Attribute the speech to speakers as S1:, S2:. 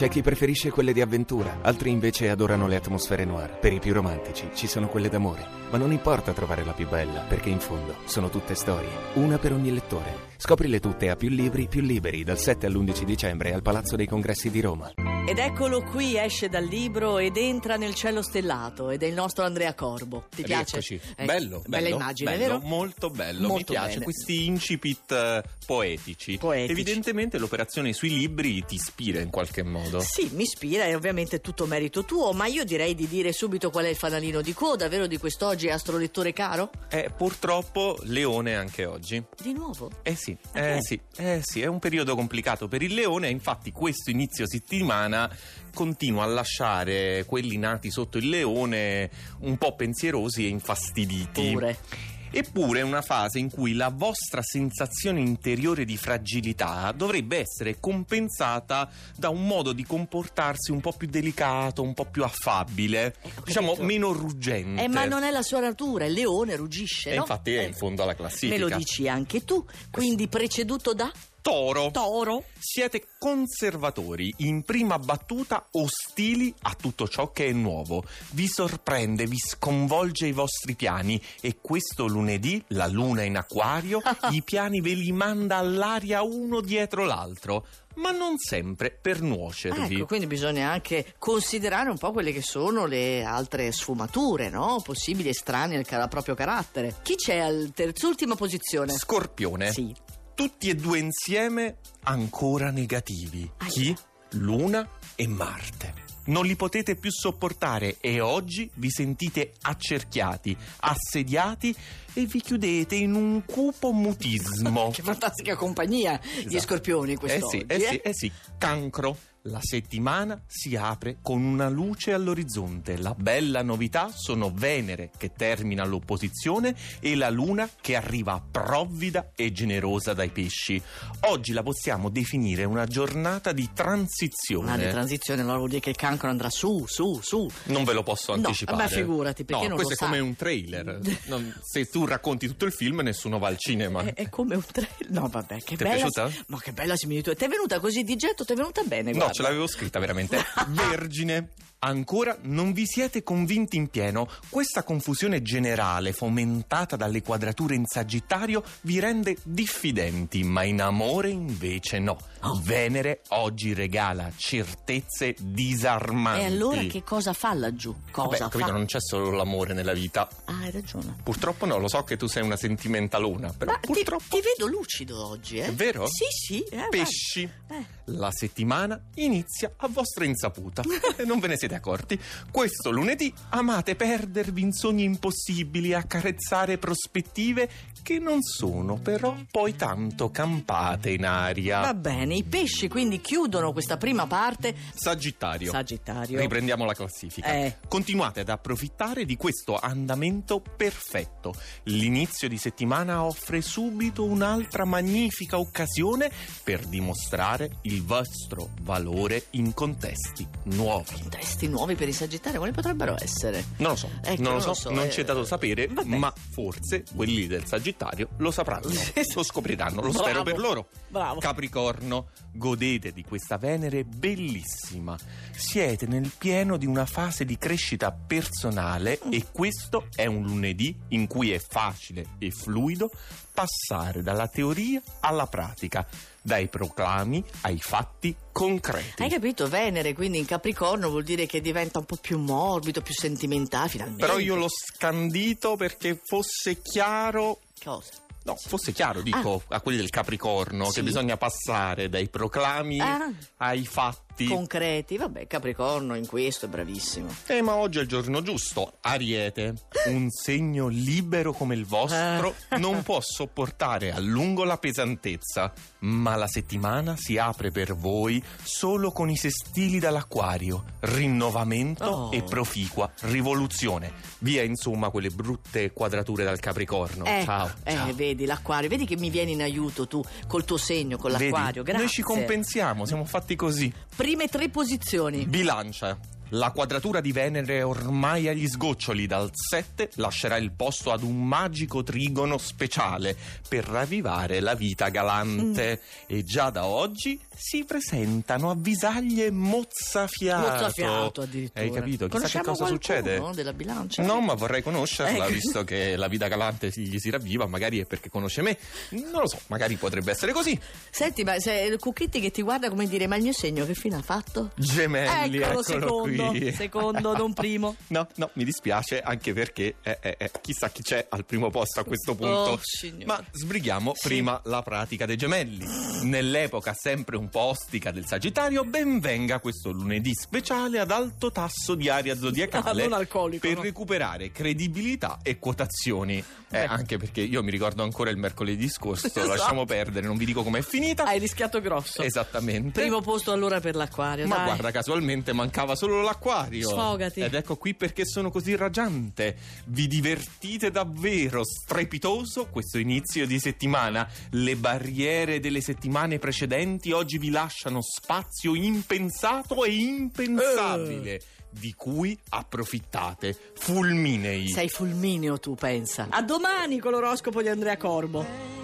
S1: C'è chi preferisce quelle di avventura, altri invece adorano le atmosfere noir. Per i più romantici ci sono quelle d'amore, ma non importa trovare la più bella, perché in fondo sono tutte storie, una per ogni lettore. Scoprile tutte a più libri, più liberi, dal 7 all'11 dicembre al Palazzo dei Congressi di Roma.
S2: Ed eccolo qui, esce dal libro ed entra nel cielo stellato ed è il nostro Andrea Corbo. Ti piace?
S3: Rieccoci.
S2: Eh,
S3: bello,
S2: bella
S3: bello,
S2: immagine,
S3: bello,
S2: vero?
S3: Molto bello, mi
S2: Molto
S3: piace
S2: bene.
S3: questi incipit eh, poetici.
S2: Poetici.
S3: Evidentemente l'operazione sui libri ti ispira in qualche modo.
S2: Sì, mi ispira e ovviamente è tutto merito tuo, ma io direi di dire subito qual è il fanalino di coda, vero di quest'oggi, astrolettore caro?
S3: Eh, purtroppo Leone anche oggi.
S2: Di nuovo?
S3: Eh sì,
S2: Ah, eh.
S3: eh sì, eh sì, è un periodo complicato per il leone, infatti questo inizio settimana continua a lasciare quelli nati sotto il leone un po' pensierosi e infastiditi.
S2: Pure.
S3: Eppure è una fase in cui la vostra sensazione interiore di fragilità dovrebbe essere compensata da un modo di comportarsi un po' più delicato, un po' più affabile,
S2: Ecco,
S3: diciamo
S2: capito.
S3: meno ruggente.
S2: Eh, ma non è la sua natura, il leone ruggisce,
S3: E
S2: no?
S3: infatti è
S2: Eh,
S3: in fondo alla classifica.
S2: Me lo dici anche tu, quindi preceduto da
S3: Toro.
S2: toro.
S3: Siete conservatori, in prima battuta ostili a tutto ciò che è nuovo. Vi sorprende, vi sconvolge i vostri piani e questo lunedì la luna in acquario i piani ve li manda all'aria uno dietro l'altro, ma non sempre per
S2: Ah,
S3: nuocervi.
S2: Ecco, quindi bisogna anche considerare un po' quelle che sono le altre sfumature, no? Possibili estranee al, ca- al proprio carattere. Chi c'è al terz'ultima posizione?
S3: Scorpione.
S2: Sì.
S3: Tutti e due insieme ancora negativi.
S2: Ahia.
S3: Chi? Luna e Marte. Non li potete più sopportare e oggi vi sentite accerchiati, assediati e vi chiudete in un cupo mutismo.
S2: Che fantastica compagnia di
S3: Oh. Esatto.
S2: scorpioni
S3: Eh
S2: quest'oggi.
S3: sì, eh sì, eh sì, cancro. La settimana si apre con una luce all'orizzonte. La bella novità sono Venere che termina l'opposizione e la Luna che arriva provvida e generosa dai pesci. Oggi la possiamo definire una giornata di transizione.
S2: Una Ah, di transizione, allora vuol dire che il cancro andrà su, su, su.
S3: eh. non ve lo posso
S2: No,
S3: anticipare.
S2: ma figurati, perché
S3: No,
S2: non lo
S3: questo è
S2: sa.
S3: come un trailer. Non- se tu racconti tutto il film, nessuno va al cinema.
S2: È, è come un trailer. No, vabbè, che
S3: Ti è
S2: bella.
S3: piaciuta?
S2: Ma che bella similitudine. Ti è venuta così di getto, ti è venuta bene.
S3: No,
S2: guarda.
S3: ce l'avevo scritta veramente. Vergine. Ancora non vi siete convinti in pieno. Questa confusione generale, fomentata dalle quadrature in Sagittario, vi rende diffidenti, ma in amore invece no.
S2: Ah.
S3: Venere oggi regala certezze disarmanti.
S2: E allora che cosa fa laggiù?
S3: Vabbè,
S2: Cosa
S3: capito,
S2: fa?
S3: non c'è solo l'amore nella vita.
S2: Ah, hai ragione.
S3: Purtroppo no, lo so che tu sei una sentimentalona, però
S2: Ma ti-
S3: purtroppo...
S2: ti, vedo lucido oggi, eh?
S3: È vero?
S2: Sì, sì. eh,
S3: Pesci.
S2: guarda. Eh.
S3: La settimana inizia a vostra insaputa e non ve ne siete accorti. Questo lunedì amate perdervi in sogni impossibili, accarezzare prospettive che non sono però poi tanto campate in
S2: Va
S3: aria.
S2: bene, i pesci quindi chiudono questa prima parte.
S3: Sagittario.
S2: Sagittario.
S3: Riprendiamo la classifica.
S2: Eh.
S3: Continuate ad approfittare di questo andamento perfetto. L'inizio di settimana offre subito un'altra magnifica occasione per dimostrare il vostro valore in contesti nuovi.
S2: Testi nuovi per i Sagittari, quali potrebbero essere?
S3: Non lo so,
S2: Ecco,
S3: non lo
S2: non
S3: so,
S2: lo so,
S3: non
S2: eh,
S3: ci è dato sapere,
S2: vabbè.
S3: ma forse quelli del Sagittario lo sapranno, lo scopriranno, lo spero
S2: Bravo.
S3: per loro.
S2: Bravo.
S3: Capricorno, godete di questa Venere bellissima. Siete nel pieno di una fase di crescita personale e questo è un lunedì in cui è facile e fluido passare dalla teoria alla pratica, dai proclami ai fatti concreti.
S2: Hai capito? Venere, quindi in Capricorno vuol dire che diventa un po' più morbido, più sentimentale, finalmente.
S3: Però io l'ho scandito perché fosse chiaro
S2: Cosa?
S3: No, fosse chiaro, dico a quelli del Capricorno,
S2: Ah. Sì.
S3: che bisogna passare dai proclami
S2: Ah.
S3: ai fatti.
S2: Concreti, vabbè, Capricorno in questo è bravissimo.
S3: Eh, ma oggi è il giorno giusto. Ariete, un segno libero come il vostro
S2: Ah.
S3: non può sopportare a lungo la pesantezza, ma la settimana si apre per voi solo con i sestili dall'acquario, rinnovamento
S2: Oh.
S3: e proficua rivoluzione. Via insomma quelle brutte quadrature dal Capricorno.
S2: Ecco,
S3: ciao.
S2: eh,
S3: ciao.
S2: vedi l'acquario, vedi che mi vieni in aiuto tu col tuo segno, con l'acquario.
S3: Vedi?
S2: Grazie.
S3: Noi ci compensiamo, siamo fatti così.
S2: Prime tre posizioni.
S3: Bilancia. La quadratura di Venere è ormai agli sgoccioli, dal 7 lascerà il posto ad un magico trigono speciale per ravvivare la vita galante
S2: Mm.
S3: e già da oggi si presentano avvisaglie mozzafiato.
S2: Mozzafiato addirittura.
S3: Certo. Hai capito? Chissà che
S2: Conosciamo
S3: cosa
S2: qualcuno cioè-
S3: succede.
S2: della bilancia?
S3: No, ma vorrei conoscerla,
S2: Ecco.
S3: visto che la vita galante si- gli si ravviva, magari è perché conosce me. Non lo so, magari potrebbe essere così.
S2: Senti, ma se il Cucchetti che ti guarda come dire, ma il mio segno che fine ha fatto?
S3: Gemelli,
S2: Eccolo, secondo,
S3: qui.
S2: secondo, non primo.
S3: No, no, mi dispiace anche perché eh, eh, eh, chissà chi c'è al primo posto a questo punto.
S2: Oh, signore.
S3: Ma sbrighiamo
S2: Sì.
S3: prima la pratica dei gemelli. Nell'epoca sempre un po' ostica del Sagittario, benvenga questo lunedì speciale ad alto tasso di aria zodiacale
S2: Ah, non alcolico,
S3: per
S2: no.
S3: recuperare credibilità e quotazioni. Eh,
S2: Beh.
S3: anche perché io mi ricordo ancora il mercoledì scorso,
S2: Ecco. Esatto.
S3: lasciamo perdere, non vi dico com'è finita.
S2: Hai rischiato grosso.
S3: Esattamente.
S2: Primo posto allora per l'acquario.
S3: Ma
S2: dai.
S3: guarda, casualmente mancava solo l'acquario.
S2: Sfogati.
S3: Ed ecco qui perché sono così raggiante. Vi divertite davvero strepitoso questo inizio di settimana. Le barriere delle settimane precedenti oggi vi lasciano spazio impensato e impensabile.
S2: Eh.
S3: Di cui approfittate. Fulminei.
S2: Sei fulmineo tu, pensa. A domani con l'oroscopo di Andrea Corbo.